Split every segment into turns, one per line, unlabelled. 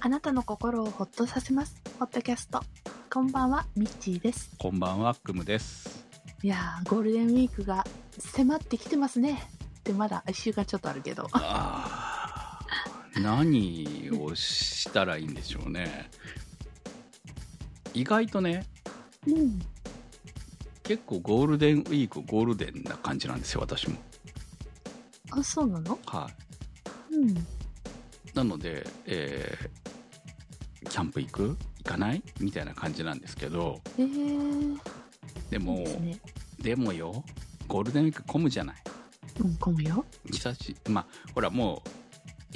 あなたの心をほっとさせます。ポッドキャスト。こんばんは、ミッチーです。
こんばんは、くむです。
いやー、ゴールデンウィークが迫ってきてますね。で、まだ一週間ちょっとあるけど。
あー何をしたらいいんでしょうね。意外とね、
うん。
結構ゴールデンウィーク、ゴールデンな感じなんですよ、私も。
あ、そうなの
は
うん。
い。なので、えーキャンプ行く行かないみたいな感じなんですけど、
えー、
でも、
ですね。
でもよ、ゴールデンウィーク混むじゃない。
うん、混むよ。
久し、まあ、ほらもう、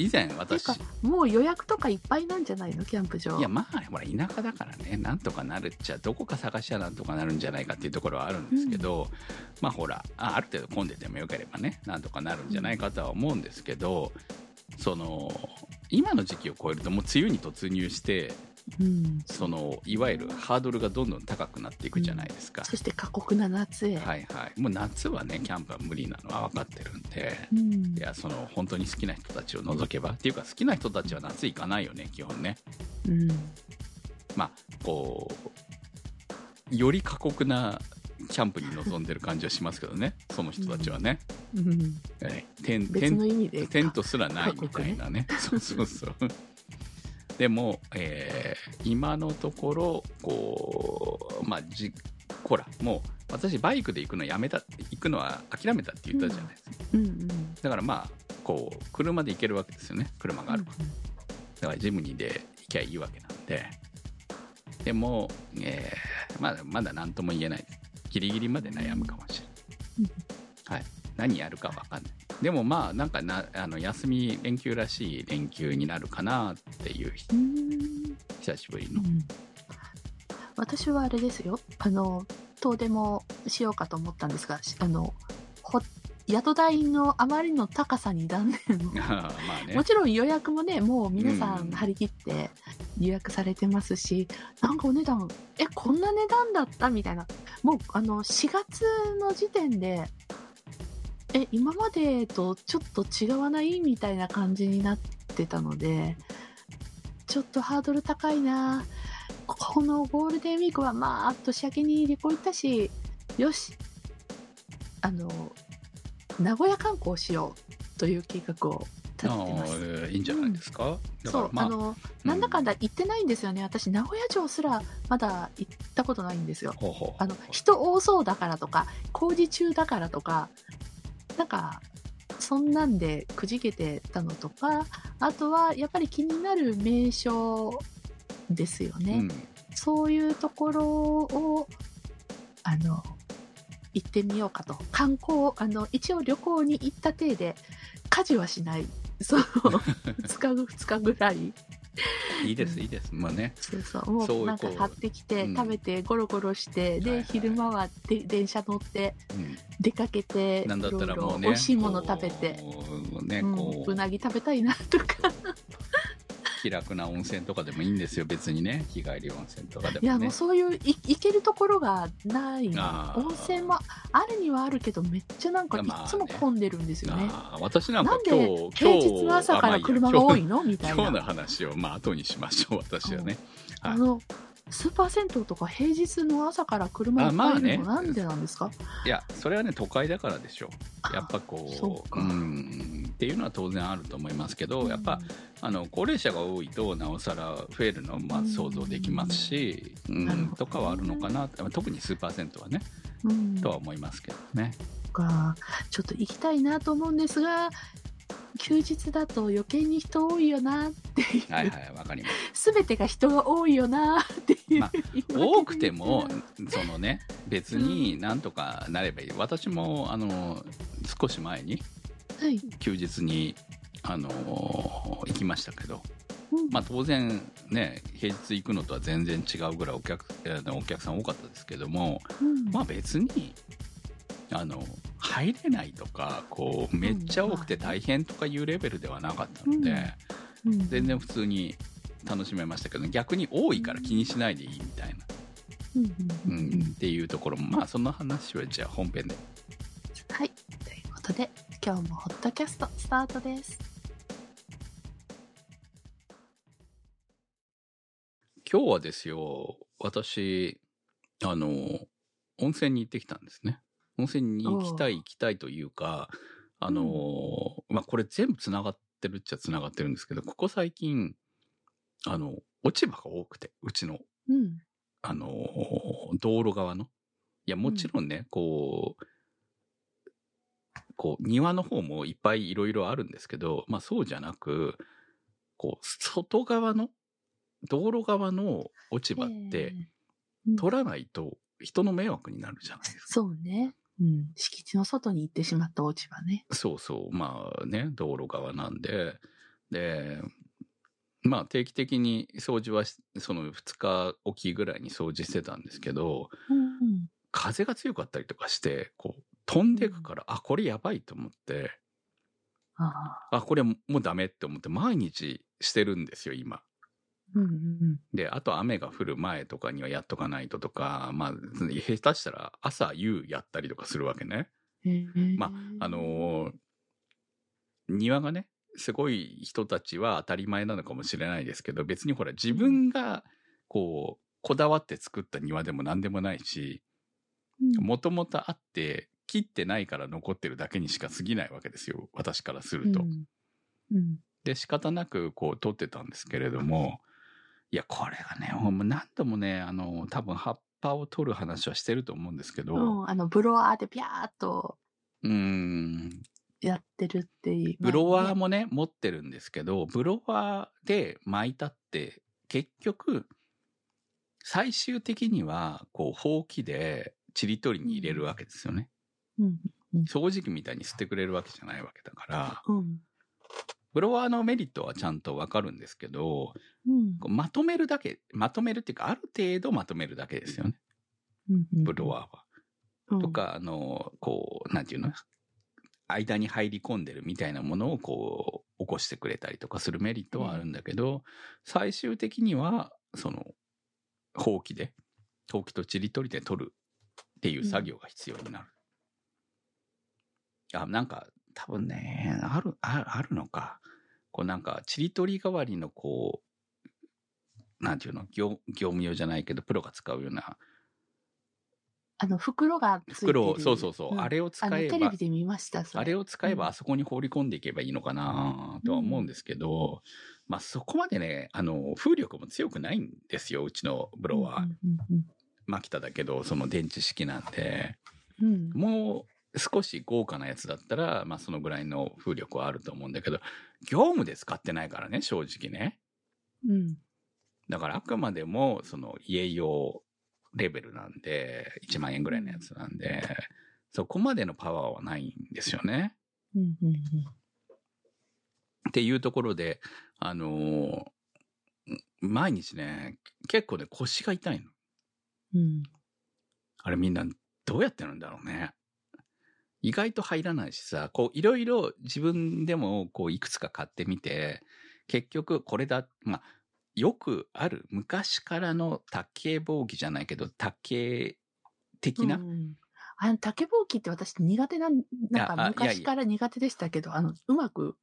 以前
ていう
私
か、、もう予約とかいっぱいなんじゃないのキャンプ場。
いやまあほら田舎だからねなんとかなるっちゃどこか探しちゃなんとかなるんじゃないかっていうところはあるんですけど、まあほらあある程度混んでてもよければねなんとかなるんじゃないかとは思うんですけどその今の時期を超えるともう梅雨に突入して
うん。
そのいわゆるハードルがどんどん高くなっていくじゃないですか、
そして過酷な夏へ。
はいはいもう夏はねキャンプは無理なのは分かってるんで。
うん
い。やその本当に好きな人たちを除けばっていうか好きな人たちは夏行かないよね基本ね
うん。
まあ、こう、より過酷なキャンプに臨んでる感じはしますけどね、その人たちはね。
うん。
はいテンテ
別の
ン
意味で。
テントすらないみたいなね。 そうそうそう。でも、えー今のところ、こう、まあ、じ、ほら、もう、私、バイクで行くのやめた、行くのは諦めたって言ったじゃないですか。
うんうん。
だからまあ、こう、車で行けるわけですよね。車があるからだからジムニーで行きゃいいわけなんで。でも、えーまだまだ何とも言えないです。ギリギリまで悩むかもしれない。はい。何やるかわかんない。でもまあ、なんかな、あの、休み連休らしい連休になるかなっていう、
うん。うん。
久しぶり
う
の。
ん私はあれですよあの遠出もしようかと思ったんですがしあのほ宿代のあまりの高さに断念を
あ ーまあね
も。ちろん予約もねもう皆さ
うん
ん張り切って予約されてますし、なんかお値段えこんな値段だったみたいなもうあの4月の時点でえ今までとちょっと違わないみたいな感じになってたのでちょっとハードル高いなこのゴールデンウィークはまあ年明けに旅行行ったしよしあの名古屋観光しようという計画を
あ
立ててます。
ーいいんじゃないですか。だか
そ
ら
う、
ま
あ
あ、
の、なんだかんだ行ってないんですよね。私、名古屋城すらまだ行ったことないんですよ。
ほうほう
あの、人多そうだからとか、工事中だからとか、なんか、そんなんでくじけてたのとか、あとはやっぱり気になる名所ですよね。
うん。
そういうところを、あの、行ってみようかと。観光、あの、一応旅行に行った体で、家事はしない。そ の、2日ぐ、2日ぐらい。
いいです、いいです。まあね。
そうそう。も
そういう
うなんか
こう
買ってきて、
うん
食べて、ゴロゴロして、で、
はいはい
昼間はで電車乗って、
うん
出かけて、
なんだったらもう
いろい
ね。
ろ美味しいもの食べて、
こう。ね、
うん
こう。
うなぎ食べたいなと か。
気楽な温泉とかでもいいんですよ別にね日帰り温泉とかでもね
いや、もうそういうい行けるところがないの
あー
温泉もあるにはあるけど、めっちゃなんかい
まあね
つも混んでるんですよね。
ああ私なんか
なんで
今日
平日の朝から車が多
今日
いのみたい
あまあいいや今日今日の
な。
話をまあ後にしましょう私はね、はい
あのスーパー銭湯とか平日の朝から車いっぱいいるの
あまあね
なんでなんですか、
いやそれはね都会だからでしょうやっぱこう
そうか
んっていうのは当然あると思いますけど、やっぱあの高齢者が多いとなおさら増えるのはまあ想像できますし、うん
なるほどね
とかはあるのかな特にスーパー銭湯はね、
うん、
とは思いますけどね
かちょっと行きたいなと思うんですが休日だと余計に人多いよなっていう、
はいはいわかります
全てが人が多いよなっていう、
まあ多く てもそのね別になんとかなればいい私もあの少し前に
はい、
休日にあの行きましたけど、
うん
まあ、当然ね平日行くのとは全然違うぐらいお客あのお客さん多かったですけども
うん
まあ別にあの入れないとかこうめっちゃ多くて大変とかいうレベルではなかったので、
うんうん
全然普通に楽しめましたけど逆に多いから気にしないでいいみたいな。
うんうん
う
うんん、
っていうところも、まあその話はじゃあ本編で。
はいということで今日もホットキャストスタートです
今日はですよ、私、あの、温泉に行ってきたんですね。温泉に行きたい行きたいというか、あの、まあ、これ全部繋がってるっちゃ繋がってるんですけど、ここ最近、あの、落ち葉が多くて、うちの、
うん。
あの、道路側の。いや、もちろんね、こう、こう、庭の方もいっぱいいろいろあるんですけど、まあそうじゃなく、こう、外側の、道路側の落ち葉って、
えー、
取らないと人の迷惑になるじゃないですか。
そうね。うん。敷地の外に行ってしまった落ち葉ね。
そうそう。まあね、道路側なんで。で、まあ定期的に掃除はし、その2日おきぐらいに掃除してたんですけど、
うん
風が強かったりとかして、こう、飛んでくから、あ、これやばいと思って、
うん。ああ。
あ、これもうダメって思って毎日してるんですよ、今。
うんうん
で、あと雨が降る前とかにはやっとかないととか、まあ、下手したら朝夕やったりとかするわけね。
うん。へー
まあのー庭がね、すごい人たちは当たり前なのかもしれないですけど、別にほら自分が、こう、こだわって作った庭でも何でもないし、
うん
もともとあって、切ってないから残ってるだけにしか過ぎないわけですよ、私からすると。
うんうん
で、仕方なくこう撮ってたんですけれども、いや、これがね、ほんま何度もね、あの、多分葉っぱを取る話はしてると思うんですけど、
うん、あの、ブロワーでピャーっと
うーん、
やってるっていう。
ブロワー
も。
もね、持ってるんですけど、ブロワーで巻いたって、結局、最終的には、こう、ほうきで、ちりとりに入れるわけですよね。
うん。
掃除機みたいに吸ってくれるわけじゃないわけだから、
うん。
ブロワーのメリットはちゃんとわかるんですけど、
うん。
こうまとめるだけ、まとめるっていうか、ある程度まとめるだけですよね。
うん
ブロワーは。
ー
と、か、あの、こう、なんていうの間に入り込んでるみたいなものをこう、起こしてくれたりとかするメリットはあるんだけど、最終的には、その、ほうきで、ほうきとちりとりで取るっていう作業が必要になる。あ、なんか、多分ね、ある、ああるのか。こうなんか、ちりとり代わりのこう、なんていうの業、業務用じゃないけど、プロが使うような
あの、袋がついてる。
袋を、そうそうそう、
ん
あれを使
あの
え
テレ
ば
ビ、で見ました、そ
あれを使えばあそこに放り込んでいけばいいのかなとは思うんですけど、まあそこまでね、あの、風力も強くないんですよ、うちのブロワ
う
ー。
んうん
マキタだけど、その電池式なんで。
うんうん。
もう少し豪華なやつだったら、まあそのぐらいの風力はあると思うんだけど、業務で使ってないからね、正直ね。
うん。
だからあくまでも、その家用レベルなんで、1万円ぐらいのやつなんで、そこまでのパワーはないんですよね。
うんうんうん。
っていうところで、あのー毎日ね、結構ね、腰が痛いの。
うん。
あれみんなどうやってるんだろうね。意外と入らないしさ、こういろいろ自分でもこういくつか買ってみて、結局これだ、まあ、よくある昔からの竹棒器じゃないけど、竹的な、
うんあの、竹ぼうきって私苦手なん、なん
いや
か
あいやい
昔
や
から苦手でしたけど、あの、うまく、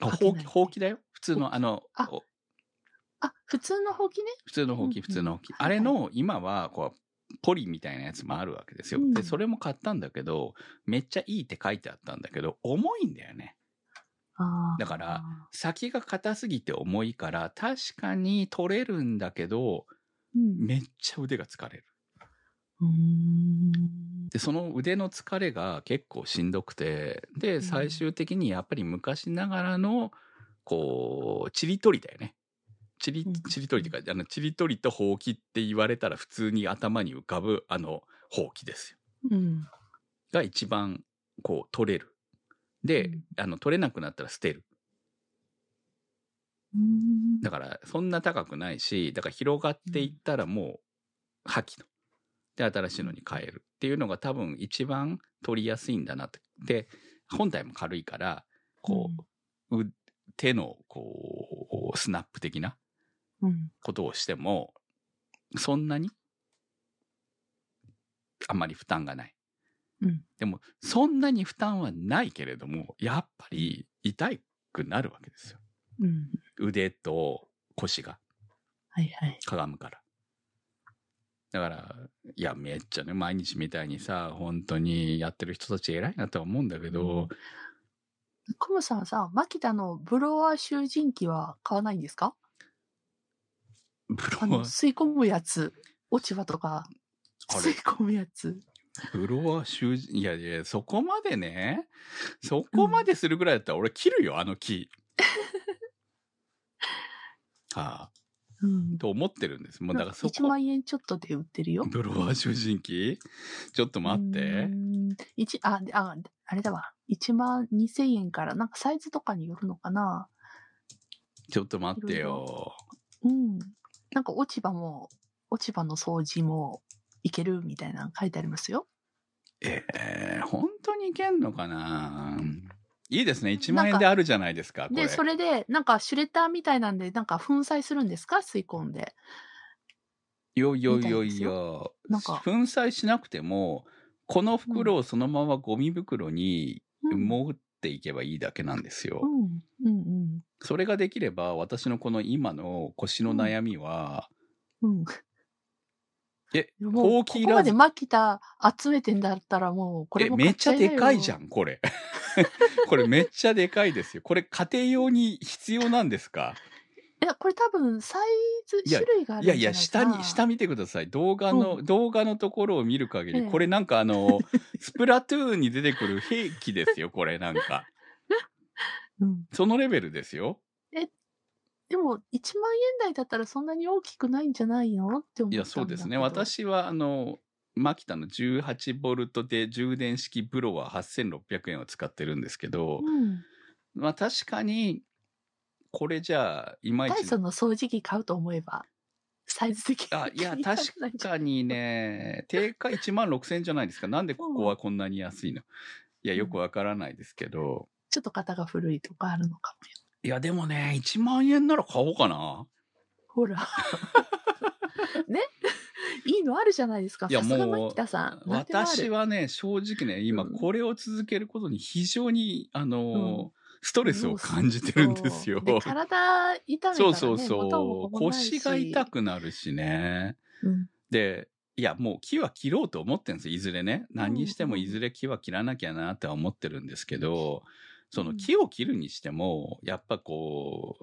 あ
か
ほ
け
う
ない
き、ほうきだよ。普通のあの、
あ
お
あ、普通のほうきね。
普通のほう
うんう
き、
ん
普通のほうき。
はい
あ
はい
れの、今は、こう、ポリみたいなやつもあるわけですよ
う。ん
で、それも買ったんだけど、めっちゃいいって書いてあったんだけど、重いんだよね。
あー
だから、先が硬すぎて重いから、確かに取れるんだけど、
うん。
めっちゃ腕が疲れる。
うーん。
で、その腕の疲れが結構しんどくて、で、
ん
最終的にやっぱり昔ながらの、こう、ちりとりだよね。ちり
うん、
ちりとりっていうか、あの、ちりとりとほうきって言われたら普通に頭に浮かぶ、あの、ほうきですよ。
うん。
が一番、こう、取れる。で、
うん
あの、取れなくなったら捨てる。
うん
だから、そんな高くないし、だから広がっていったらもう、破棄と。で、新しいのに変えるっていうのが多分一番取りやすいんだなって。で、本体も軽いから、こう、う手の、こう、スナップ的な
うん。うん。
ことをしても、そんなに、あんまり負担がない。
うん
でも、そんなに負担はないけれども、やっぱり痛くなるわけですよ。
うん。
腕と腰が。
はいはい。
かがむから。だから、いや、めっちゃね、毎日みたいにさ、本当にやってる人たち偉いなとは思うんだけど、
コムさんさ、マキタのブロワー集塵機は買わないんですか
ブロ
あ
ワ
の、
ー、
吸い込むやつ。落ち葉とか、
あ
吸い
れ、
込むやつ。
ブロワー習字、いやいや、そこまでね、そこまでするぐらいだったら俺切るよ、あの木。はあ、
うん。
と思ってるんです。もうだからそ
1
こ、
万円ちょっとで売ってるよ。
ブロワー囚人機ちょっと待っ
う
て。
ーん。一あ、であ、あれだわ。1万2000円から、なんかサイズとかによるのかな。
ちょっと待って
いろい
よ。
うん。なんか落ち葉も、落ち葉の掃除もいけるみたいなの書いてありますよ。
えー、本当にいけんのかないいですね。1万
なん
円
か
であるじゃないですか、これ。
で、それで、なんかシュレッダーみたいなんで、なんか粉砕するんですか吸い込んで。
よいよ
み
い
たい
よ
で
い
す
よ。
なんか
粉砕しなくても、この袋をそのままゴミ袋に
うん、
持っていけばいいだけなんですよ。
うん、うん、
それができれば、私のこの今の腰の悩みは、
うん。うん。
え、
もう、
ほ
こ
うきい
こま
ら
で
ず。
マキタ集めてんだったらもう、これ
え、
も
めっちゃでかいじゃ
ん。
ん、これ。 これめっちゃでかいですよ。これ家庭用に必要なんですか
いや、これ多分サイズ、
いや
種類があるんじ
い
ゃ
や
ないい
や、
かな
下に、下見てください。動画の、
う
動画のところを見る限り、
ええ
これなんか あの、スプラトゥーンに出てくる兵器ですよ、これなんか。
うん。
そのレベルですよ。
でも、1万円台だったらそんなに大きくないんじゃないのって思ったんだ
い
けど
や、そうですね。。私はあの、マキタの18ボルトで充電式ブロワー8600円を使ってるんですけ
う
ど、
ん。
まあ確かに、これじゃあ、いまい
ダイ
ち
ソンの掃除機買うと思えば、サイズ的に。
あ、いや、確かにね、定価1万6000円じゃないですか。なんでここはこんなに安いのいや、よくわからないですけど。
ちょっと型が古いとかあるのかもよ。
いや、でもね、1万円なら買おうかな。
ほ ら。ね いいのあるじゃないですか。
いや
さすが
もう
マキタさん。なんでもある
私はね、正直ね、今
うん
これを続けることに非常に、あ
う
の、ストレスを感じてるんですよ。
そうで体痛めたら、ね、
そうそう
元も
そう。
子もないし
腰が痛くなるしね。
うん
で、いや、もう木は切ろうと思ってるんですいずれね。何にしてもいずれ木は切らなきゃなっては思ってるんですけど、その木を切るにしても、やっぱこ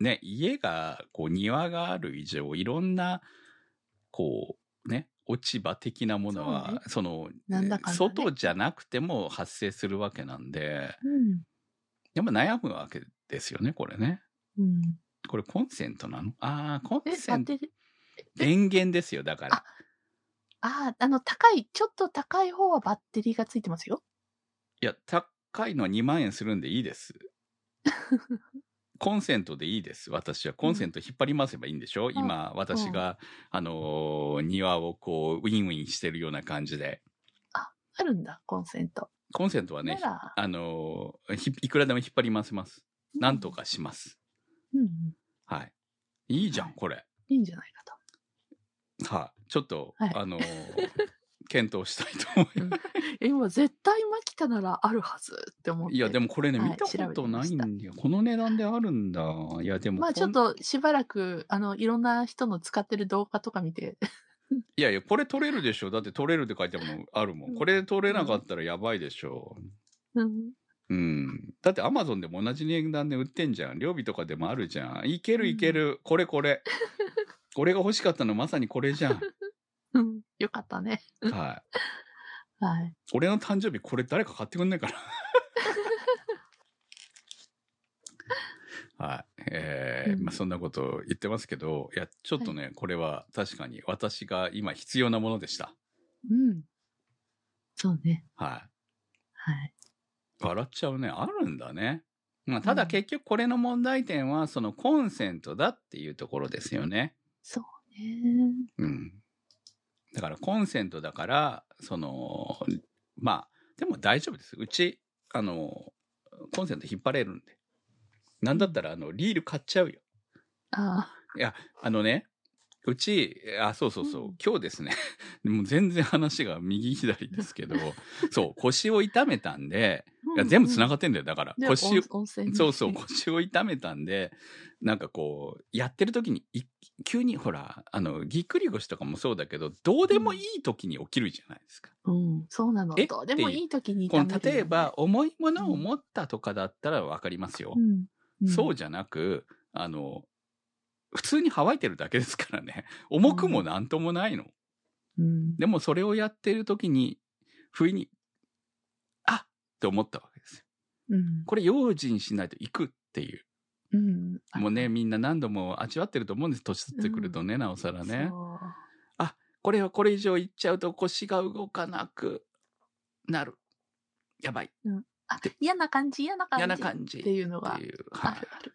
う、ね、家が、こう庭がある以上、いろんな、こう、ね、落ち葉的なもの
そうね
は、そ,、の、
なんだかんだね
外じゃなくても発生するわけなんで、
うん。
やっぱ悩むわけですよね、これね。
うん。
これコンセントなのああ、コン
え、
セント
バッ。テリー
電源ですよ、だから。
ああ、あの、高い、ちょっと高い方はバッテリーがついてますよ。
いや、高いのは2万円するんでいいです。コンセントでいいです、私は。コンセント引っ張り回せばいいんでしょ、今、私が、あのー庭をこう、ウィンウィンしてるような感じで。
あるんだ、コンセント。
コンセントはね
な、ら、
あのーひいくらでも引っ張り回せます。なんとかします。
うん。うん。
はい。いいじゃん、これ。
いいんじゃないかと。
はい。ちょっと、
はい
あのー検討したいと思います。
え、今絶対マキタならあるはずって思って。
いや、でもこれね、
はい
見たこ
調べ
と
てま
ない
した
んだよ。この値段であるんだ。いや、でもこん。
まあちょっとしばらく、あの、いろんな人の使ってる動画とか見て、
いやいや、これ取れるでしょ。だって取れるって書いてあるもんあるも。
うんん
これ取れなかったらやばいでしょ。
うん。
うん。だってアマゾンでも同じ値段で売ってんじゃん。料理とかでもあるじゃん。いけるいける。これこれ。これが欲しかったのまさにこれじゃん。
うん。よかったね。
はい。
はい。
俺の誕生日これ誰か買ってくんないかな。 はい。えー
うん
まあそんなことを言ってますけど、いや、ちょっとね、これは確かに私が今必要なものでした。
うん。そうね。
はい。
はい。
笑っちゃうね。あるんだね。まあ、た
う
だ
ん
結局これの問題点は、そのコンセントだっていうところですよね。
そうね。
うん。だからコンセントだから、その、まあ、でも大丈夫です。うち、あの、コンセント引っ張れるんで。なんだったら、あの、リール買っちゃうよ。
ああ。
いや、あのね、うち、あ、そうそうそう、
うん
今日ですね、 もう全然話が右左ですけど、そう、腰を痛めたんで、いや全部繋がってんだよ、だから。
で
腰
温
を、
温泉に
そうそう、腰を痛めたんで、なんかこう、やってる時に、い急にほら、あの、ぎっくり腰とかもそうだけど、どうでもいい時に起きるじゃないですか。
うん、そうなの。
え
どうでもいい時に
こ
炒
の
める
例えば、、重いものを持ったとかだったらわかりますよ
う。んん
そうじゃなく、あの、普通にはわいてるだけですからね。 重くもなんともないの。
うん
でもそれをやってる時に、不意に、あっって思ったわけですよ。
うん
これ用心しないと行くっていう。
うん
もうね、みんな何度も味わってると思うんです。年取ってくるとね、なおさらね。
そう
これはこれ以上行っちゃうと腰が動かなくなる。やばい。
あ嫌な感じ、嫌な感じ。
嫌な感じ。
っていうのが
っていう
あ
はい
る。ある。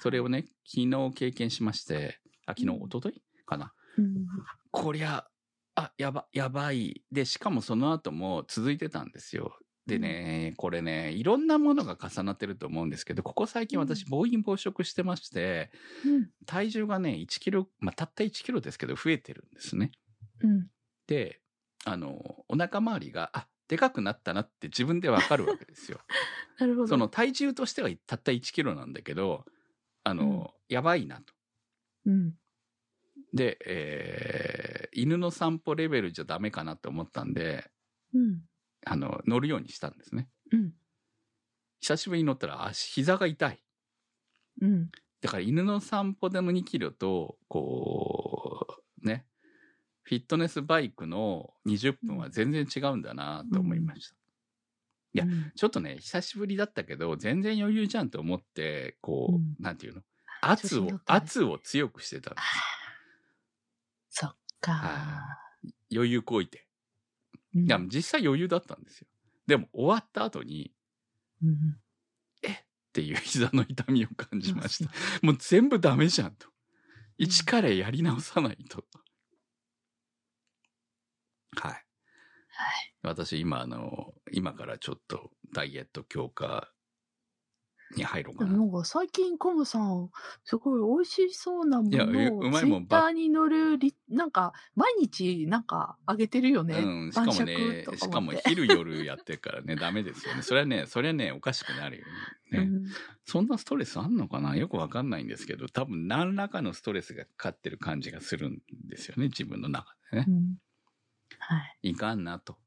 それをね、昨日経験しまして、あ、昨日、
うん
一昨日かな。
うん
こりゃ、あ、やば、やばい。で、しかもその後も続いてたんですよ。でね、これね、いろんなものが重なってると思うんですけど、ここ最近私、
う
暴飲暴食してまして、
うん
体重がね、1キロ、まあ、たった1キロですけど、増えてるんですね。
うん
で、あの、お腹周りが、あ、でかくなったなって自分でわかるわけですよ。
なるほど。
その体重としてはたった1キロなんだけど、あの、やばいなと。
うん、
で、えー犬の散歩レベルじゃダメかなと思ったんで、
うん、
あの、乗るようにしたんですね。
うん、
久しぶりに乗ったら足、膝が痛い。
うん、
だから犬の散歩での2キロと、こう、ね、フィットネスバイクの20分は全然違うんだなと思いました。いや
うん
ちょっとね、久しぶりだったけど、全然余裕じゃんと思って、こう、
うん
なんていうの圧
調子
を
に乗っ、てね
圧を強くしてたんです。
そっか、
は余裕こいて。
うん
いや、実際余裕だったんですよ。でも終わった後に、
うん
っていう膝の痛みを感じました。もう全部ダメじゃんと。
うん
一からやり直さないと。はい。私今あの、今からちょっとダイエット強化に入ろう
で
か
も
な。
なんか最近コムさんすごい美味しそうなも
いや
のを
ううまい
ツイ
もん
ッ
ばっ
ターに載るリなんか毎日なんかあげてるよね、
うん、しかも
晩
ね
酌と、か
しか
思
も
って
昼夜やってるか らね、ダメですよね。それはね、それはね、おかしくなるよね。
うん
そんなストレスあんのかなよくわかんないんですけど、多分何らかのストレスがかかってる感じがするんですよね、自分の中でね
う。んはい、
いかんなと。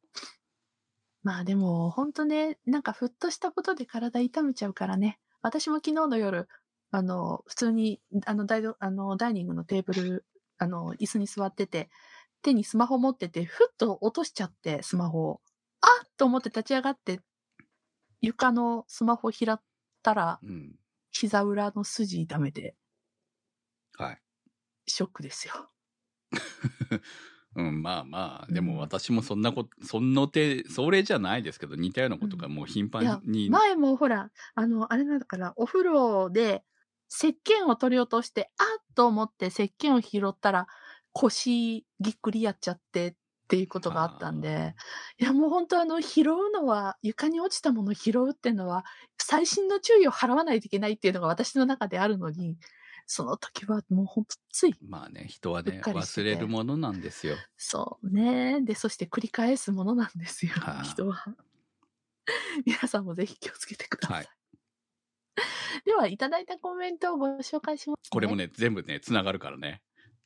まあでも本当ねなんかふっとしたことで体痛めちゃうからね私も昨日の夜あの普通にあのダイドあのダイニングのテーブルあの椅子に座ってて手にスマホ持っててふっと落としちゃってスマホをあっと思って立ち上がって床のスマホ拾ったら
うん。
膝裏の筋痛めて
はい。
ショックですよ。
うん、まあま
う
あ、
ん
でも私もそんなこと、そんの手、それじゃないですけど、似たようなことがもう頻繁に。
前もほら、あの、あれなんだから、お風呂で、石鹸を取り落として、あっと思って石鹸を拾ったら、腰ぎっくりやっちゃってっていうことがあったんで、いやもう本当あの、拾うのは、床に落ちたものを拾うっていうのは、細心の注意を払わないといけないっていうのが私の中であるのに、その時はもう本当つい、
まあね、人は
う
ね
っ、かりして
忘れるものなんですよ。
そうね。で、そして繰り返すものなんですよ
は、あ
人は。 皆さんもぜひ気をつけてください。
はい
では、いただいたコメントをご紹介します、
これも。ね、全部ね、つながるからね。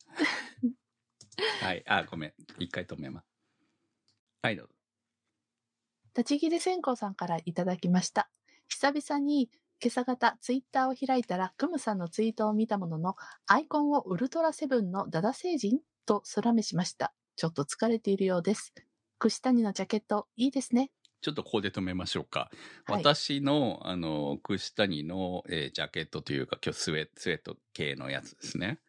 はい。あ、ごめん。一回止めます。はい、どうぞ。
立ち切り線香さんからいただきました。久々に今朝方ツイッターを開いたら、クムさんのツイートを見たものの、アイコンをウルトラセブンのダダ星人と空目しました。ちょっと疲れているようです。串谷のジャケット、いいですね。
ちょっとここで止めましょうか。
はい
私の、あの、串谷の、えージャケットというか、今日スウェスウェット系のやつですね。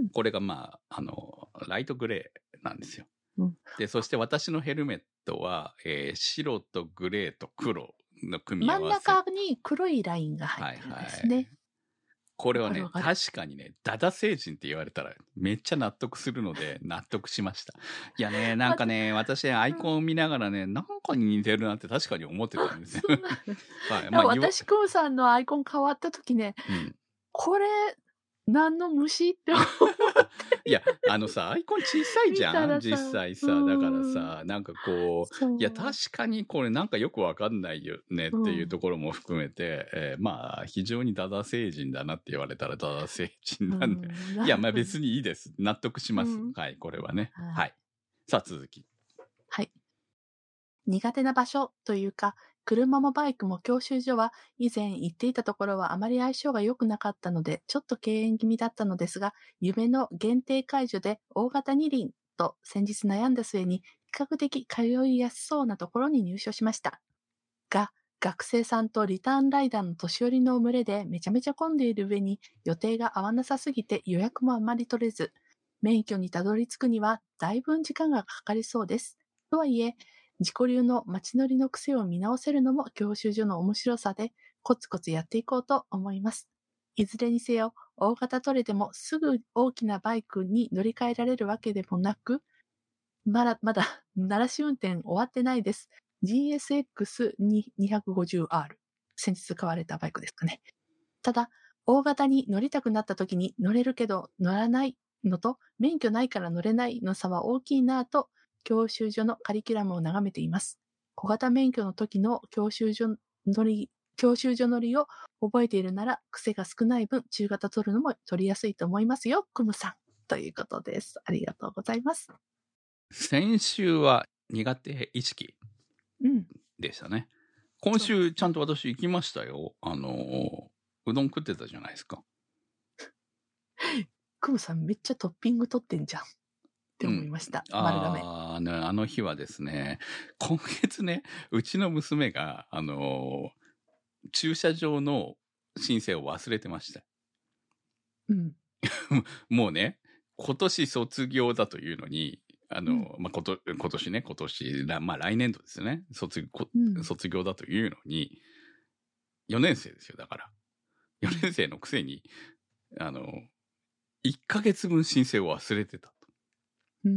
うん
これが、まあ、あの、ライトグレーなんですよ。
うん
で、そして私のヘルメットは、えー白とグレーと黒の組み合
真ん
わせ。
中に黒いラインが入ってるんですね。
はいこれはね
わ、かるわか
確かにね、ダダ星人って言われたらめっちゃ納得するの で、納得しました。いやね、なんかね、私アイコンを見ながらね、なんかに似てるなって確かに思ってたんですよ。 はい、
だから
言わ
私、クムさんのアイコン変わった時ね、
うん
これ、何の虫って思う
いやあのさアイコン小さいじ
見た
ゃん
らさ
実際さ
うん
だからさなんかこう
そう
いや確かにこれなんかよくわかんないよねっていうところも含めて、えーまあ非常にダダ星人だなって言われたらダダ星人なんで、
うん
いやまあ別にいいです納得します、
うん
はいこれはね
はい
はいさあ続き
はい。苦手な場所というか、車もバイクも教習所は以前行っていたところはあまり相性が良くなかったので、ちょっと敬遠気味だったのですが、夢の限定解除で大型二輪と先日悩んだ末に比較的通いやすそうなところに入所しました。が、学生さんとリターンライダーの年寄りの群れでめちゃめちゃ混んでいる上に予定が合わなさすぎて予約もあまり取れず、免許にたどり着くにはだいぶん時間がかかりそうです。とはいえ、自己流の街乗りの癖を見直せるのも教習所の面白さで、コツコツやっていこうと思います。いずれにせよ、大型取れてもすぐ大きなバイクに乗り換えられるわけでもなく、まだ、まだ、 鳴らし運転終わってないです。GSX250R。先日買われたバイクですかね。ただ、大型に乗りたくなった時に乗れるけど乗らないのと、免許ないから乗れないの差は大きいなぁと教習所のカリキュラムを眺めています。小型免許の時の教習所乗り、教習所乗りを覚えているなら、癖が少ない分、中型取るのも取りやすいと思いますよ、クムさん。ということです。ありがとうございます。
先週は苦手意識
うん。
でしたね今週ちゃんと私行きましたよあのーうどん食ってたじゃないですか
クムさんめっちゃトッピング取ってんじゃん。って思いました。丸亀。
ああ、ね、あの日はですね、今月ね、うちの娘が、あのー駐車場の申請を忘れてました。
うん。
もうね、今年卒業だというのに、あのーまあ、こと、今年ね、今年、らまあ、来年度ですよね。卒、こ
うん
卒業だというのに、4年生ですよ、だから。4年生のくせに、あのー、1ヶ月分申請を忘れてたと。
うー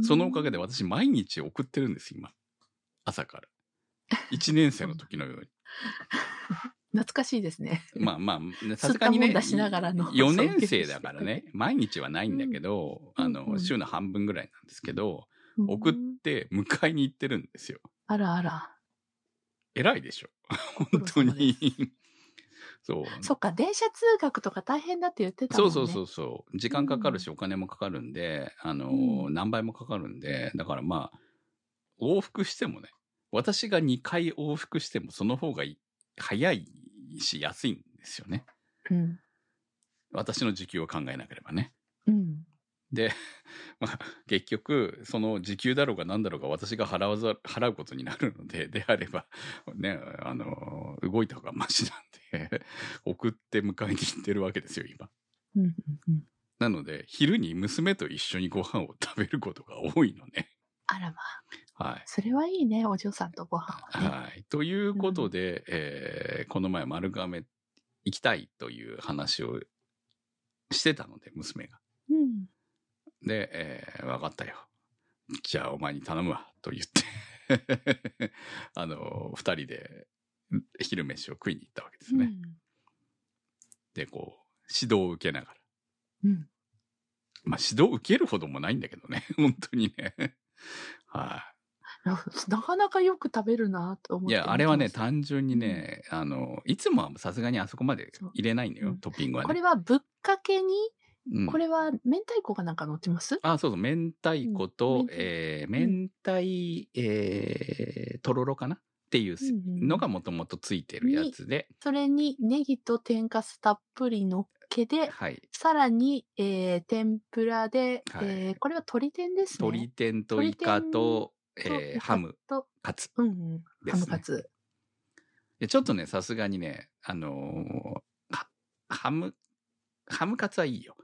ん
そのおかげで私毎日送ってるんです、今。朝から。1年生の時のように。
懐かしいですね。
まあまあ、さすがにね、
吸ったもんだしながらの
4年生だからね、毎日はないんだけど、
うん
あ
う
の、
ん
週の半分ぐらいなんですけど、送
う
っ
ん
て迎えに行ってるんですよ。
あらあら。
偉いでしょ。
苦
本
労
当
様で
に
す。
そう。
そっか、電車通学とか大変だって言ってたも
そ
ん
う
ね。
そうそうそう。時間かかるし、お金もかかるんで、あのー、
うん
何倍もかかるんで、だからまあ、往復してもね、私が2回往復しても、その方がい早いし、安いんですよね。
うん。
私の時給を考えなければね。
うん。
で、まあ、結局、その時給だろうが何だろうが私が払わざ、払うことになるので、であれば、ね、あのー、動いた方がマシなんで、 送って迎えに行ってるわけですよ、今。
うんうんうん。
なので、昼に娘と一緒にご飯を食べることが多いのね。
あらまあ。
はい。
それはいいね、お嬢さんとご飯はね。
はい。ということで、えーこの前丸亀行きたいという話をしてたので、娘が。
うん。
で、えー、わかったよ。じゃあお前に頼むわ、と言って、 あの、二人で昼飯を食いに行ったわけですね。で、こう、指導を受けながら。
うん。うん。
まあ、指導を受けるほどもないんだけどね。 本当にね。はい、
なかなかよく食べるなと思って。
いや、あれはね、単純にね、あの、いつもはさすがにあそこまで入れないのよ、
そううん
トッピングはね。
これはぶっかけに、
うん
これは明太子がなんか乗ってます
あ、そうそう、明太子と、
うん
えー
明
明太、えーとろろかなっていうのがもともとついてるやつで、
それにネギと天かすたっぷりのっけで、
はい。
さらに、えー、天ぷらで、
はい
えー、これは鶏天ですね。
鶏天とイカと、
と
えーハム、
と、
カツ
うんうん。
で
ハム
す
カ
ね。
ツ。
でちょっとね、さすがにね、あのーはハム、ハムカツはいいよ。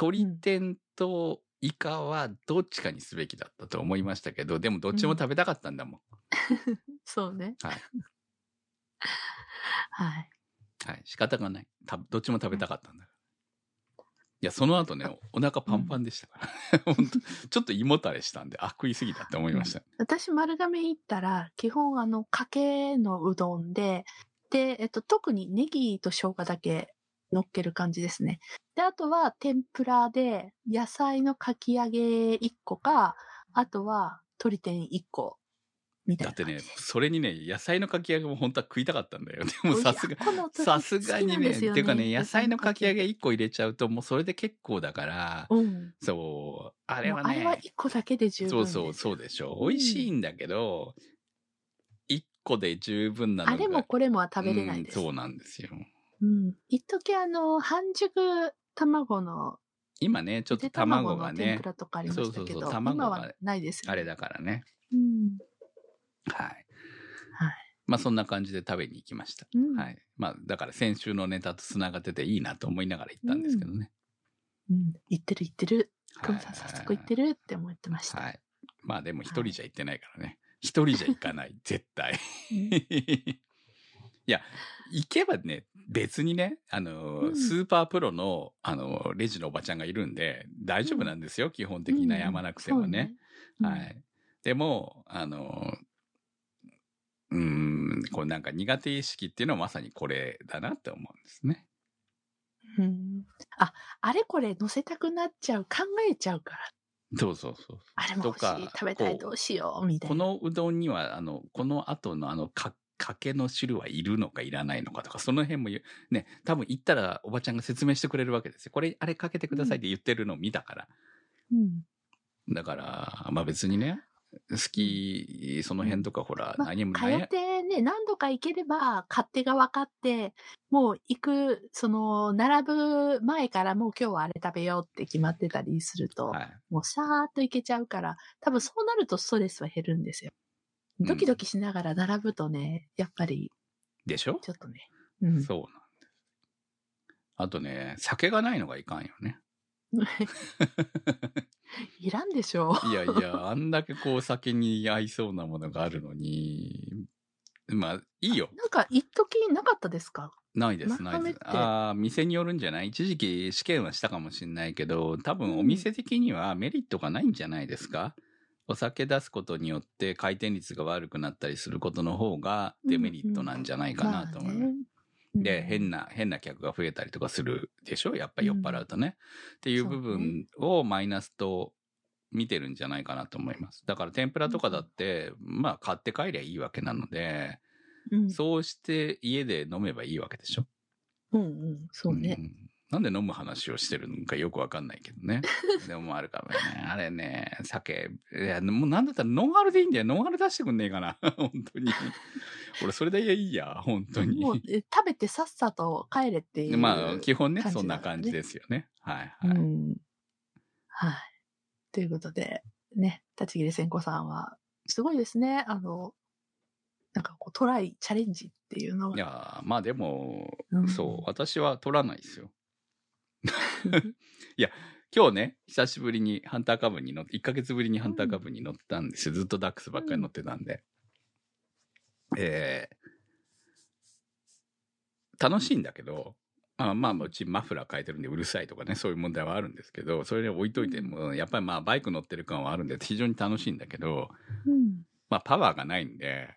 鶏天とイカはどっちかにすべきだったと思いましたけど、でもどっちも食べたかったんだもん。
そうね。
はい。
はい。
はい。仕方がない。たどっちも食べたかったんだから。いや、その後ね、お腹パンパンでしたから。 本当ちょっと胃もたれしたんで、あ、食いすぎたって思いました。
私丸亀行ったら基本あのかけのうどんでで、えっと、特にネギと生姜だけ乗っける感じですね。で、あとは天ぷらで野菜のかき揚げ1個か、あとは鶏天1個みたい
だ
な
っ
感
て
じ
ね、それにね、野菜のかき揚げも本当は食いたかったんだよ。で
美
も
味しい
さすが、
あこの鶏
さすが
好
に
きなん
ね、
で
って
すよ
いうかね、野菜のかき揚
げ。
げ1個入れちゃうと、もうそれで結構だから、
うん。
そう、あ
あ
れはね、
あれは1個だけで十分
そう
です。
そう、そうでしょ。美味しいんだけど、1個で十分なのが
あれもこれもは食べれないです。
うんそううなんですよ。
ん。一時あの、半熟卵の、
今ね、ちょっ
ゆ
と
で
卵
卵
が
の天
ね
ぷ、らとかありましたけ
そうそ
ど、
うそう卵が
今はないです、
あれ。だからね。
うん。
はい。
はい
まあそんな感じで食べに行きました。
うん
はい。まあだから先週のネタと繋がってていいなと思いながら行ったんですけどね。
うん。言ってる言ってる。久
はい
保さん早速言ってるって思ってました。
はい。まあでも一人じゃ行ってないからね。一人じゃ行 かない。絶対。
うん
いや、行けばね、別にね、あの、
うん
スーパープロの、あの、レジのおばちゃんがいるんで、大丈夫なんですよ。基本的に悩まなくてもね。。
うん
は。い。でも、あの、うーん、こうなんか苦手意識っていうのはまさにこれだなって思うんですね。
そうねうん。あ、あれこれ乗せたくなっちゃう、考えちゃうから。
そうそうそう。
あれも欲しい
とか、
食べた
こ
い、
う
どうしよう、みたい
こ
な。
のうどんには、あの、この後のあの、か、かけの汁はいるのかいらないのかとか、その辺も言うね、多分行ったらおばちゃんが説明してくれるわけですよ。これ、あれかけてくださいって言ってるのを見たから。
うん。
だから、まあ別にね、好き、その辺とかほら、
まあ
何も
通
ない
ってね、何度か行ければ、勝手が分かって、もう行く、その、並ぶ前からもう今日はあれ食べようって決まってたりすると、
はい。
もうシャーっと行けちゃうから、多分そうなるとストレスは減るんですよ。
うん
ドキドキしながら並ぶとね、やっぱり、
でしょ
ちょっとね。うん。
そうなんです。あとね、酒がないのがいかんよね。
いらんでしょ
いやい や、あんだけこう酒に合いそうなものがあるのに、まあいいよ
う。。なんか、一時なかったですか
ないです、
丸
ない
亀
で
っ
す
て。
ああ、店によるんじゃない一時期試験はしたかもしれないけど、多分お店的にはメリットがないんじゃないですか、お酒出すことによって回転率が悪くなったりすることの方がデメリットなんじゃないかなと思います。で、変
な。
な、変な客が増えたりとかするでしょやっぱ酔っ払うとね、っていう部
そう
分をマイナスと見てるんじゃないかなと思います。だから天ぷらとかだって、まあ買って帰りゃいいわけなので、
うん、
そうして家で飲めばいいわけでしょ
うんうん、そうね
う。んなんで飲む話をしてるのかよくわかんないけ どね。でもあるからね。あれね、酒。いや、もうなんだったらノンアルでいいんだよ。ノンアル出してくんねえかな。 本当に。俺それでいいや。本当に。
もう、え食べてさっさと帰れっていう。
まあ、基本ね、
感じ
そんな
なんだね
感じですよね。はいは
う
い。
ん。はい。ということで、ね、立ち切れ線子さんは、すごいですね。あの、なんかこう、トライ、チャレンジっていうの
い
が。
やー、まあでも、
うん
そう、私は取らないですよ。 いや、今日ね、久しぶりにハンターカブに乗って、1ヶ月ぶりにハンターカブに乗ったんですよ。ずっとダックスばっかり乗ってたんで。えー楽しいんだけど、あまあ、うちマフラー変えてるんでうるさいとかね、そういう問題はあるんですけど、それで置いといても、やっぱりまあバイク乗ってる感はあるんで、非常に楽しいんだけど、
うん。
まあ、パワーがないんで、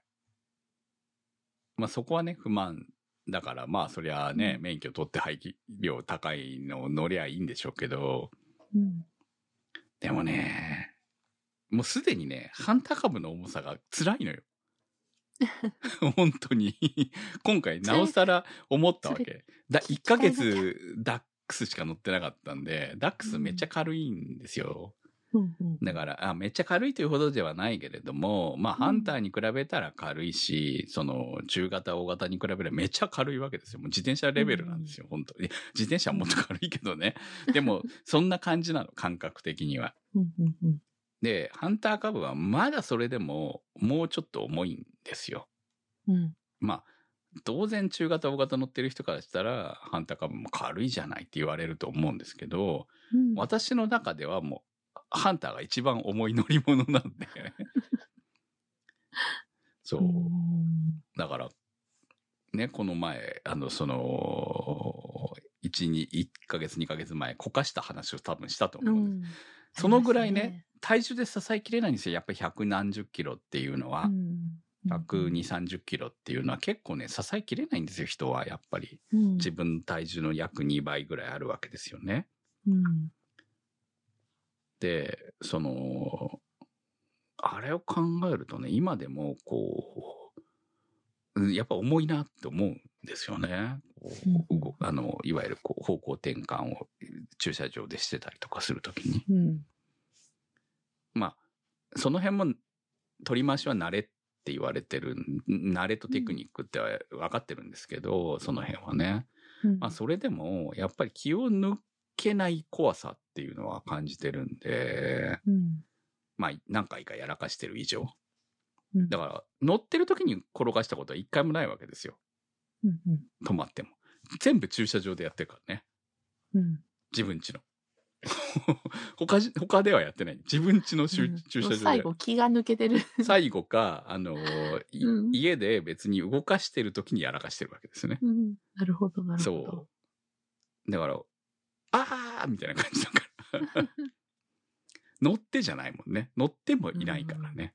まあ、そこはね、不満だから、まあ、そりゃあね、
うん
免許取って排気量高いのを乗りゃいいんでしょうけど、
うん。
で もね、もうすでにね、ハンター株の重さが辛いのよ。 本当に。今回、なおさら思ったわ
そ
け。だ
聞
1
き
ヶ
換えなきゃ
月、ダックスしか乗ってなかったんで、ダックスめっちゃ軽いんですよ。
うん。うん
だから、あ、めっちゃ軽いというほどではないけれども、まあ、ハンターに比べたら軽いし、その、中型、大型に比べればめっちゃ軽いわけですよ。もう自転車レベルなんですよ、本当に。自転車はもっと軽いけどね。でも、そんな感じなの、感覚的には。
うん。うんうん。
で、ハンター株はまだそれでも、もうちょっと重いんですよ。
うん。
まあ、当然中型、大型乗ってる人からしたら、ハンター株も軽いじゃないって言われると思うんですけど、
うん。
私の中ではもう、ハンターが一番重い乗り物なん で。そうう。
ん
だから、ね、この前、あの、その、1、2、1ヶ月、2ヶ月前、こかした話を多分したと思
う
うんです。
ん。
そのぐらい
あり
ね体重で支えきれないんですよ。やっぱり百何十キロっていうのは。
ますね。うん
120、30キロっていうのは結構ね、支えきれないんですよ、人は。やっぱり。
うん
自分の体重の約2倍ぐらいあるわけですよね。
うん
で、その、あれを考えるとね、今でもこううん、やっぱ重いなって思うんですよね。こう
うん
動あの、いわゆるこう方向転換を駐車場でしてたりとかするときに。
うん
まあ、その辺も取り回しは慣れって言われてるん、慣れとテクニックって分かってるんですけど、その辺はね。
うん
まあ、それでも、やっぱり気を抜けない怖さっていうのは感じてるんで、
うん
まあ、何回かやらかしてる以上。
うん
だから、乗ってる時に転がしたことは一回もないわけですよ。
うんうん
止まっても。全部駐車場でやってるからね。
うん
自分家の。 他じ、他ではやってない。自分家のしゅ
うん
駐車場で。
最後気が抜けてる。
最後か、あのーい
うん
家で別に動かしてる時にやらかしてるわけですよね。
うんなるほど、なるほど。
そう。だから、あーみたいな感じ だから。乗ってじゃないもんね。乗ってもいないからね。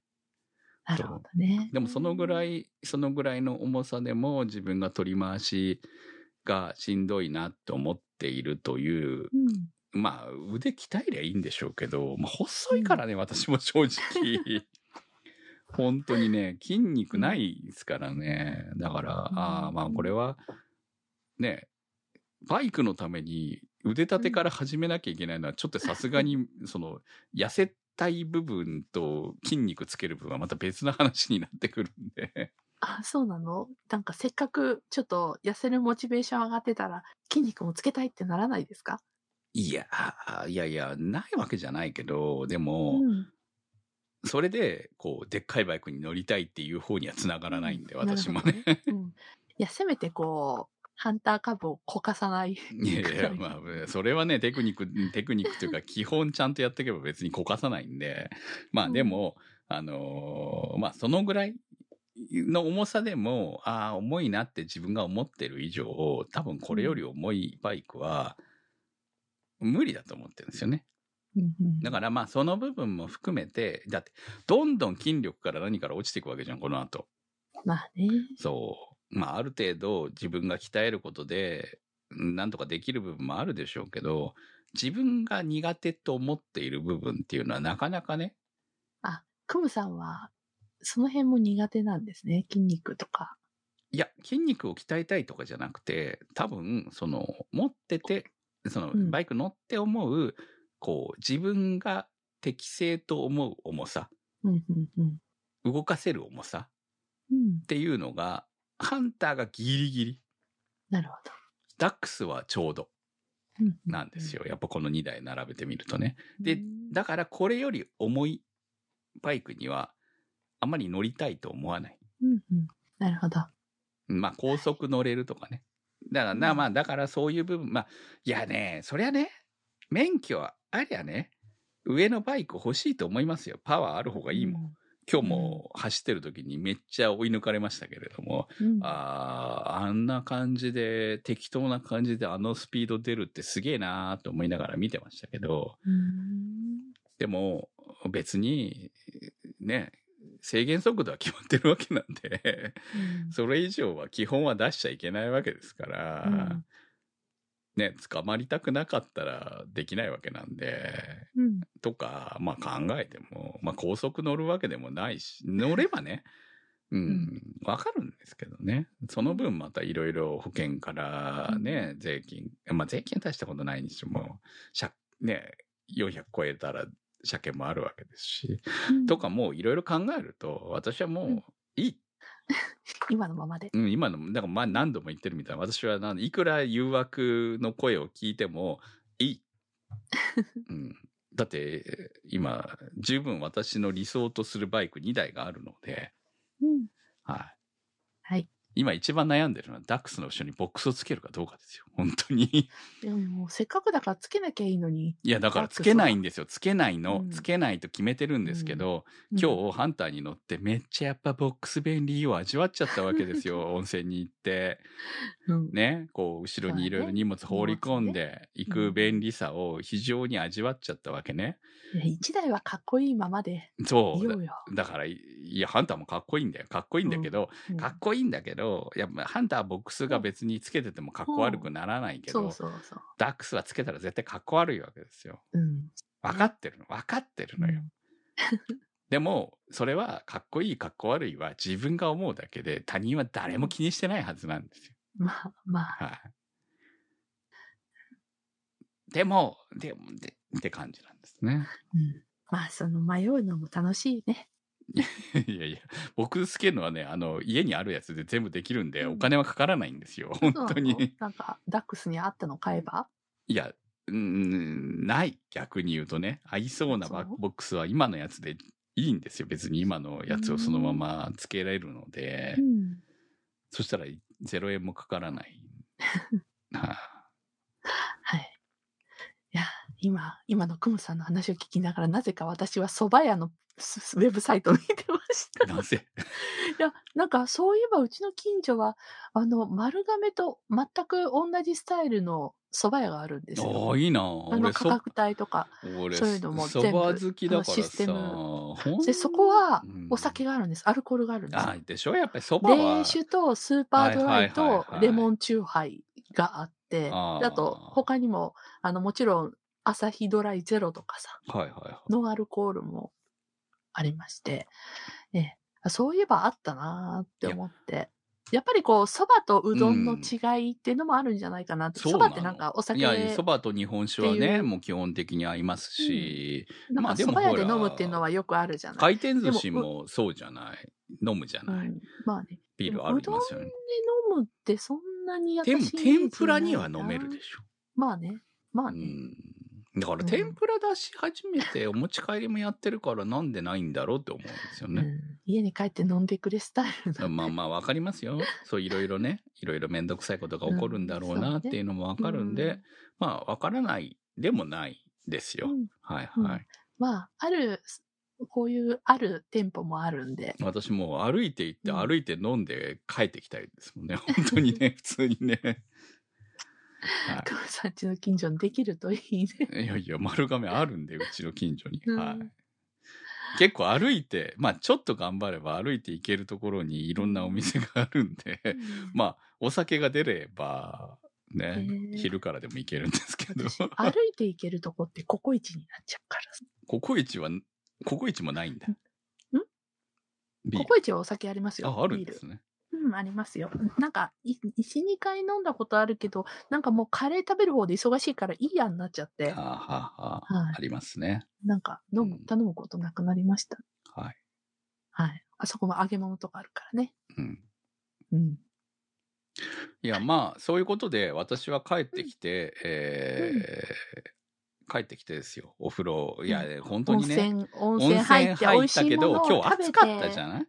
なるほどね。
でもそのぐら
い。
い、そのぐらいの重さでも自分が取り回しがしんどいなと思っているという、
うん。
まあ腕鍛えりゃいいんでしょうけど、まあ、細いからね、私も正直。本当にね、筋肉ないですからね。だから、
うん
ああ、まあこれは、ね、バイクのために腕立てから始めなきゃいけないのは、ちょっとさすがに、その、痩せたい部分と筋肉つける部分はまた別な話になってくるんで。
あ、そうなのなんかせっかくちょっと痩せるモチベーション上がってたら筋肉もつけたいってならないですか
いや、いやいや、ないわけじゃないけど、で
う
も、
ん。
それで、こう、でっかいバイクに乗りたいっていう方には繋がらないんで、
うん
私もね。。
なるほどうん。いや、せめてこう、ハンター株をこかさない。、
いやいや、まあ、それはね、テクニック、テクニックというか、基本ちゃんとやっていけば別にこかさないんで、まあでも、あのーまあ、そのぐらいの重さでも、ああ、重いなって自分が思ってる以上、多分これより重いバイクは、無理だと思ってるんですよね。だかららまあ、その部分も含めて、だって、どんどん筋力から何から落ちていくわけじゃん、この後。
まあね。
そう。まあ、ある程度自分が鍛えることで、うんなんとかできる部分もあるでしょうけど、自分が苦手と思っている部分っていうのはなかなかね、
あ、クムさんは、その辺も苦手なんですね。筋肉とか。
いや、筋肉を鍛えたいとかじゃなくて、多分、その、持ってて、その
う、ん
バイク乗って思う、こう、自分が適正と思う重さ、
うん、うん、うん。
動かせる重さ
うん
っ。ていうのが、ハンターがギリギリ、
なるほど。
ダックスはちょうど
うんうん
なんですよ。やっぱこの2台並べてみるとね。
うん。
でだからこれより重いバイクにはあまり乗りたいと思わない。
うん、うん。なるほど。
まあ高速乗れるとかね。だからな、
うん
まあだからそういう部分、まあ、いやね、そりゃね、免許はありゃね、上のバイク欲しいと思いますよ。パワーある方がいいもん。
ん。
今日も走ってる時にめっちゃ追い抜かれましたけれども、
うん
ああ、あんな感じで、適当な感じであのスピード出るってすげえなーと思いながら見てましたけど、
うん
でも別にね制限速度は決まってるわけなんで
うん
それ以上は基本は出しちゃいけないわけですから、
うん
ね捕まりたくなかったらできないわけなんで
うん
とかまあ考えても、まあ、高速乗るわけでもないし乗ればねうん、わかるんですけどね。その分またいろいろ保険からね、税金、まあ税金は大したことないにしても、借、ね、400超えたら車検もあるわけですし、とかもういろいろ考えると、私はもういい。
今のままで。
うん、今の、だからまあ何度も言ってるみたいな、私はなんいくら誘惑の声を聞いてもい い。うん、だって、今、十分私の理想とするバイク2台があるので、
うん
はい。
はい。
今一番悩んでるのはダックスの後ろにボックスをつけるかどうかですよ。本当に。
でももうせっかくだからつけなきゃいいのに。
いや、だからつけないんですよ。つけないの。
うん
つけないと決めてるんですけど、
うん
今日ハンターに乗ってめっちゃやっぱボックス便利を味わっちゃったわけで すよ。温泉に行って。
うん
ね。こう、後ろにいろいろ荷物放り込んでいく便利さを非常に味わっちゃったわけね。
いや一台はかっこいいままで
そ。
いうよ
だ
うよ。
だからい、いや、ハンターもかっこいいんだよ。かっこいいんだけど、
うん
かっこいいんだけど、やっぱハンターはボックスが別につけててもかっこ悪くならないけど、
そうそうそう。
ダックスはつけたら絶対かっこ悪いわけですよ。
うん。
分かってるの、分かってるのよ。でも、それはかっこいい、かっこ悪いは自分が思うだけで、他人は誰も気にしてないはずなんですよ。
まあまあ、
はい。でも、でも、で、って感じなんですね。
うん。まあ、その迷うのも楽しいね。
いやいや、僕つけるのはね、あの、家にあるやつで全部できるんで、
うん
お金はかからないんですよ。本当
そう
に。
なんか、ダックスに合ったの買えば
いや、うん、ない。逆に言うとね、合いそうなバ
そう
ボックスは今のやつでいいんですよ。別に今のやつをそのままつけられるので。
うん。
そしたら0円もかから ない。はあ
はい。いや、今、今のクムさんの話を聞きながら、なぜか私は蕎麦屋のすウェブサイトを見てました。
なぜ
いや、なんかそういえばうちの近所は、あの、丸亀と全く同じスタイルの蕎麦屋があるんです
あ
よ。
あ、いいな
あの
俺、
価
そ、
格帯とか。
俺、
そういうのも
そ
全部
ば好きだ
あの
から
システ
さ、
ム
ほん
で、そこは
うん
お酒があるんです。アルコールがあるんですよ
あ。でしょやっぱりそばは
冷。酒とスーパードライ
はいはいは
と
いはい
レモンチューハイがあって、
あー
あと他にも、あの、もちろん、朝日ドライゼロとかさ、
はいはいは
ノンアルコールもありまして、ええあそういえばあったなーって思って。やっぱりこう、蕎麦とうどんの違いっていうのもあるんじゃないかなって。
そう
蕎
なの
麦ってなんかお
い。
酒、
いや、そばと日本酒は
ってい
ね、
う
もう基本的に合いますし、
なんか
まあで
蕎
も
麦屋で
ほら
飲むっていうのはよくあるじゃない。
回転寿司
でも
もそうじゃない。飲むじゃ
う
ない。
ん、まあね。
ビールありますよね。
で飲むってそんなに
天
私
天ぷらには飲めるで
ょ。
しょ。
まあね。まあ
う
ね。
ん。だから
うん
天ぷら出し始めてお持ち帰りもやってるからなんでないんだろうって思うんですよ
う
ね。
ん、家に帰って飲んでくれスタイルな
まあまあわかりますよ。そういろいろね、いろいろめんどくさいことが起こるんだろうなっていうのもわかるんで、、まあわからないでもないです
う
よ。
ん、
はい
うん
はい。
まああるこういうある店舗もあるんで
私もう歩いて行って
うん
歩いて飲んで帰ってきたいです もんね。本当にね、普通にね。は
久保さんちの近所にできるといいね
い。いやいや、丸亀あるんで、うちの近所に。
うん
はい。結構歩いて、まあちょっと頑張れば歩いて行けるところにいろんなお店があるんで、まあお酒が出れば、ね、
ね
昼からでも行けるんですけど、
歩いて行けるとこってココイチになっちゃうからさ
ココイチは、ココイチもないんだ。んビー
コ
ル
コイチはお酒ありますよ
あ、あるん
ビー
で
ル
すね。
うんありますよなんか12回飲んだことあるけどなんかもうカレー食べる方で忙しいからいいやになっちゃって、
はあ、
は
はあはあ、あ
い、
りますね。
なんか飲む
うん
頼むことなくなりました
はい。
はいあそこも揚げ物とかあるからね
うん。
うん
いや、まあ、そういうことで、私は帰ってきて、えー帰ってきてですよ。お風呂、いや、本当
温
にね。
泉、温泉入って美味し
温
い
泉
も
入
のを
ったけど、今日
食べて。
暑かったじゃない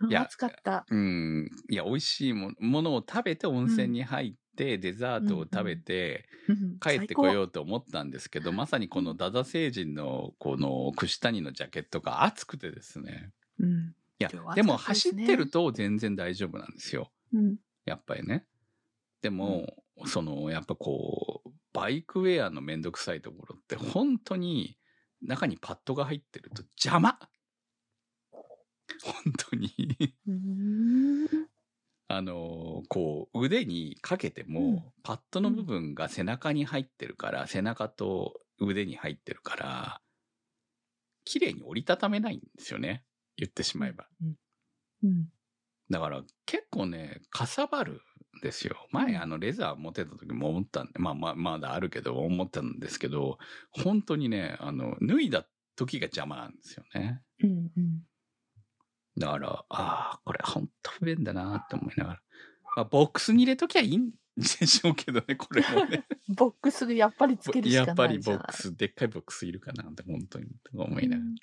うん
いや
暑かった。
うん。いや、美味しいもものを食べて温泉に入って、デザートを食べて、
うん
帰ってこようと思ったんですけど、まさにこのダダ星人の、この串谷のジャケットが暑くてですね。
最高うん。
いや、
今日は暑かったですね
でも走ってると全然大丈夫なんですよ。
うん。
やっぱりね。でも、その、やっぱこう、バイクウェアのめんどくさいところって、本当に中にパッドが入ってると邪魔本当に。
うん。
あの、こう、腕にかけても、
うん
パッドの部分が背中に入ってるから、背中と腕に入ってるから、綺麗に折りたためないんですよね。言ってしまえば。
うん。
だから結構ね、かさばるんですよ。前あのレザー持ってた時も思ったんで、まあまあまだあるけど思ったんですけど、本当にね、あの、脱いだ時が邪魔なんですよね。
うん。うん
だから、ああ、これ本当不便だなって思いながら。まあ、ボックスに入れときゃいいんでしょうけどね、これもね。
ボックスでやっぱり つけるし
や
か
っぱ
な
り
いじ
ボ
ゃ
ッ
ない。
クス、でっかいボックスいるかなって本当にとか思いながら。
うん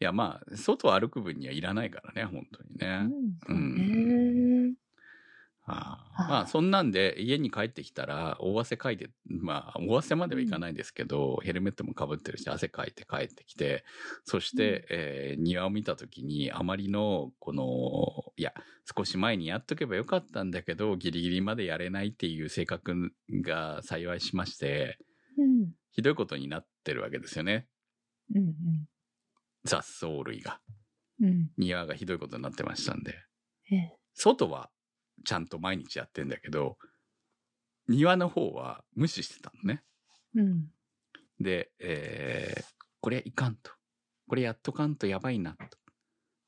いやまあ、外歩く分にはいらないからね、本当にね。
う
うん
ん。
あ
は
あ
い
まあそんなんで家に帰ってきたら大汗かいてまあ大汗まではいかないですけど、ヘルメットもかぶってるし汗かいて帰ってきてそして、
うん
えー庭を見た時にあまりのこのいや少し前にやっとけばよかったんだけどギリギリまでやれないっていう性格が幸いしまして
うん。
ひどいことになってるわけですよね
うん。うん。
雑草類が。
うん。
庭がひどいことになってましたんで、
ええ。
外はちゃんと毎日やってんだけど、庭の方は無視してたのね。
うん。
で、えーこれいかんと。これやっとかんとやばいな、と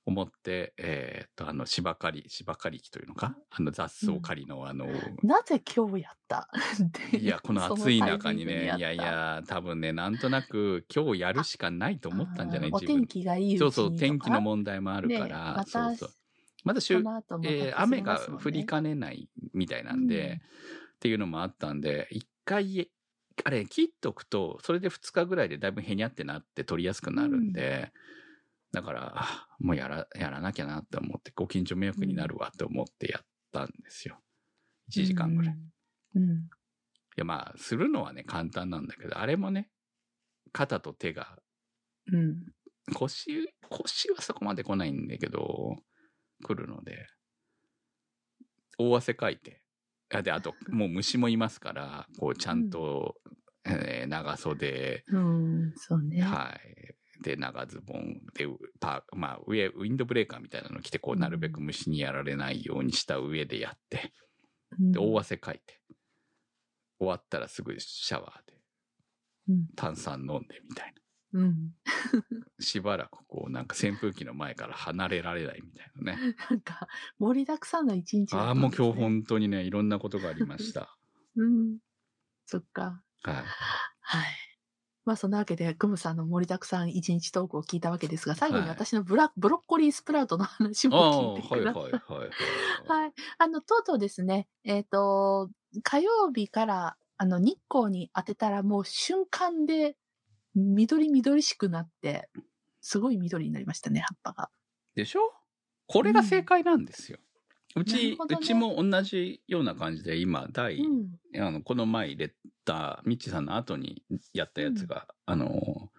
思って、えーっと、あの、芝刈り、芝刈り機というのかあの雑草刈りの、あの、
なぜ今日やった
いや、この暑い中にね、いや
でその
い。
タイミングった
や、多分ね、なんとなく今日やるしかないと思ったんじゃない
あーお
自分
天気がいい
そうそう、天気の
も
問題もあるから、
ねまた
そうそう。まだ週、
の
えー雨が降りかねないみたいなんで、
うん
っていうのもあったんで、一回、あれ、切っとくと、それで2日ぐらいでだいぶへにゃってなって取りやすくなるんで、だから、あもうやら、やらなきゃなって思って、ご近所迷惑になるわと思ってやったんですよ。1時間ぐらい。い。
うんうん
や、まあ、するのはね、簡単なんだけど、あれもね、肩と手が
うん。
腰、腰はそこまで来ないんだけど、来るので、大汗かいて。あで、あと、もう虫もいますから、こう、ちゃんと、えー長袖、
うん。うん。そうね。
はい。で、長ズボン、で、うパーまあ、上、ウィンドブレーカーみたいなの着て、こう、なるべく虫にやられないようにした上でやって、
うん
で、大汗かいて、終わったらすぐシャワーで
うん、
炭酸飲んでみたいな。
うん。
しばらくこうなんか扇風機の前から離れられないみたいなね。
なんか、盛りだくさんの一日だっ
あ
た
あ、
ん
もう
ですね
今日本当にね、いろんなことがありま した。
うん。そっか。
はい。
はい。まあそんなわけで、グムさんの盛りだくさん一日トークを聞いたわけですが、最後に
はい
私のブラ、ブロッコリースプラウトの話
ああ、
も聞
は
いて
い
く
は
だ
い
さい。
はいはい。
はい。あの、とうとうですね、えっ、と、火曜日から、あの、日光に当てたらもう瞬間で、緑緑しくなって、すごい緑になりましたね、葉っぱが。
でしょこれが正解なんですよ。う
なる
ち、
ほどね
うちも同じような感じで今、第、
うん。
あの、この前入れた、ミッチーさんの後にやったやつが、あの、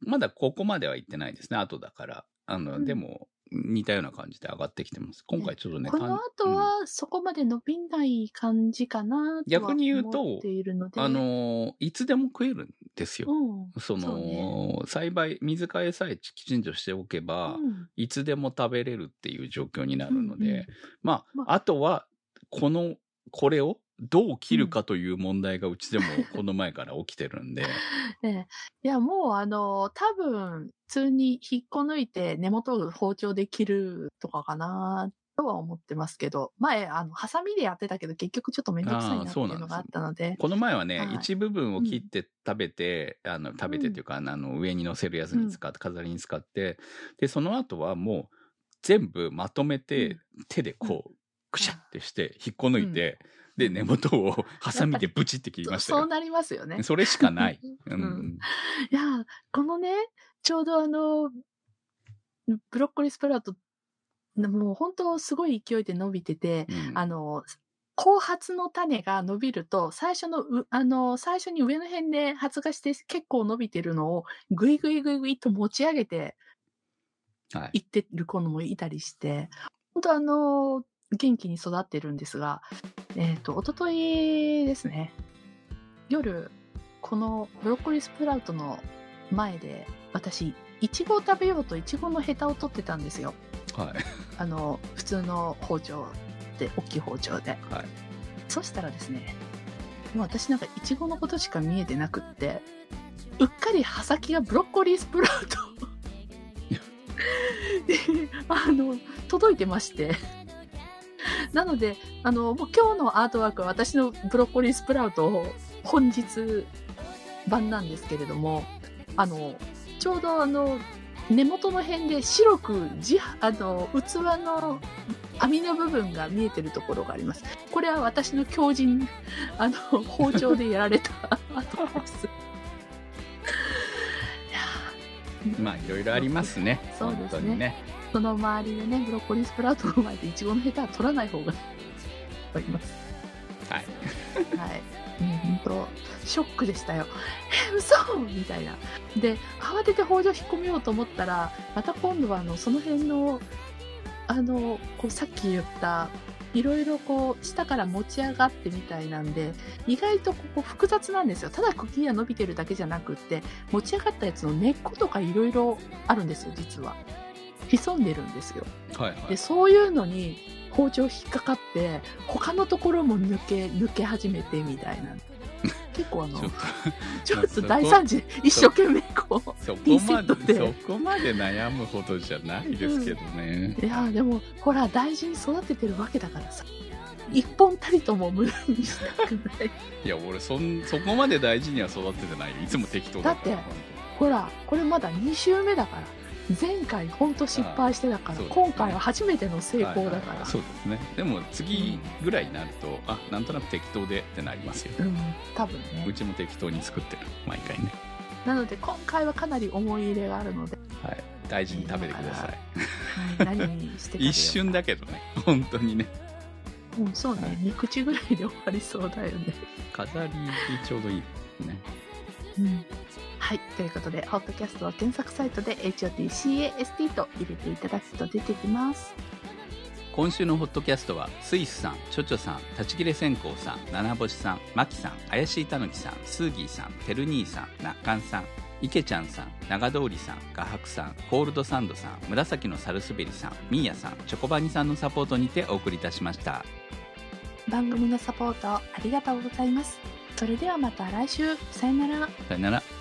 まだここまでは行ってないですね、後だから。あの、
うん
でも、似たような感じで上がってきてます。今回ちょっとね、
この後
単
はそこまで伸びない感じかなとは
逆に言うと
思っているので。
あのーいつでも食えるんですよ。
うん、
その
そうね
栽培水替えさえきちんとしておけば、
うん
いつでも食べれるっていう状況になるので、
うんうん
まあ、
ま
あ、とはこのこれをどう切るかという問題が うちでもこの前から起きてるんで、
ねいや、もうあの、多分、普通に引っこ抜いて根元を包丁で切るとかかなとは思ってますけど、前、あの、ハサミでやってたけど、結局ちょっとめんどくさい
あー
なって
そ
いうう
なんです
のがあったので、
この前はね、
はい
一部分を切って食べて、あの食べてっていうか、あの上に乗せるやつに使って飾りに使ってでその後はもう全部まとめて、
うん
手でこうくしゃってして引っこ抜いて、で根元をハサミでブチって切りました
そそう
よ。
なりますよね。
それしかない。 うん
うんいや、このね、ちょうどあの、ブロッコリースプラウト、もう本当すごい勢いで伸びてて、
うん
あの、後発の種が伸びると、最初のう、あの、最初に上の辺で発芽して結構伸びてるのを、ぐいぐいぐいぐいと持ち上げて
は
い
い
ってる子もいたりして、本当あの、元気に育ってるんですが、えっ、と、おとといですね、夜、このブロッコリースプラウトの前で、私、いちごを食べようといちごのヘタを取ってたんですよ。
はい
あの普通の包丁で大きい包丁で、
はい
そしたらですねもう私なんかイチゴのことしか見えてなくってうっかり刃先がブロッコリースプラウトであの届いてましてなのであのもう今日のアートワークは私のブロッコリースプラウトを本日版なんですけれどもあのちょうどあの根元の辺で白くじあの器の網の部分が見えてるところがありますこれは私の強靭あの包丁でやられ た跡です
まあいろいろありますね。
そうですね
本当にね。
その周りでねブロッコリースプラウトの前でイチゴのヘタは取らない方があります
はい。
はい。本当ショックでしたよ。 え、嘘みたいな。で、慌てて包丁引っ込めようと思ったら、また今度はあの、その辺の、あの、こうさっき言った、いろいろこう、下から持ち上がってみたいなんで、意外とここ複雑なんですよ。ただ茎が伸びてるだけじゃなくって、持ち上がったやつの根っことかいろいろあるんですよ、実は。潜んでるんですよ
はいは
で
い
そういうのに包丁引っかかって他のところも抜け抜け始めてみたい な結構あの
ちょ
ちょっ
っ
と
まあ
大惨事一生懸命こう
そこ
リセ
ま
ット
で
で
そこまで悩むほどじゃないですけどね、
いやーでもほら大事に育ててるわけだからさ一本たりとも無駄にしたくない
いや俺そんそこまで大事には育ててないよいつも適当だから
だってほらこれまだ2週目だから前回ほんと失敗してだから、
そうですね
今回は初めての成功だから、
はいはいはいそうですねでも次ぐらいになると、あなんとなく適当でってなりますよ、
うん多分
う
ね
ちも適当に作ってる毎回ね、
なので今回はかなり思い入れがあるので、
はい、大事に食べてください
はい何にして食べようか
一瞬だけどね本当にね
うん、そうね、
はい
2口ぐらいで終わりそうだよね。
飾りでちょうどいいですね
はい、ということで、ホットキャストは検索サイトで HOTCAST と入れていただくと出てきます。
今週のホットキャストはスイスさんチョチョさん立ち切れ線香さん七星さんマキさん怪しいたぬきさんスーギーさんてる兄さんなっかんさん池ちゃんさん長通りさん画伯さんコールドサンドさん紫のサルスベリさんミーヤさんチョコバニさんのサポートにてお送りいたしました
番組のサポートありがとうございます。それではまた来週、さよなら。
さよなら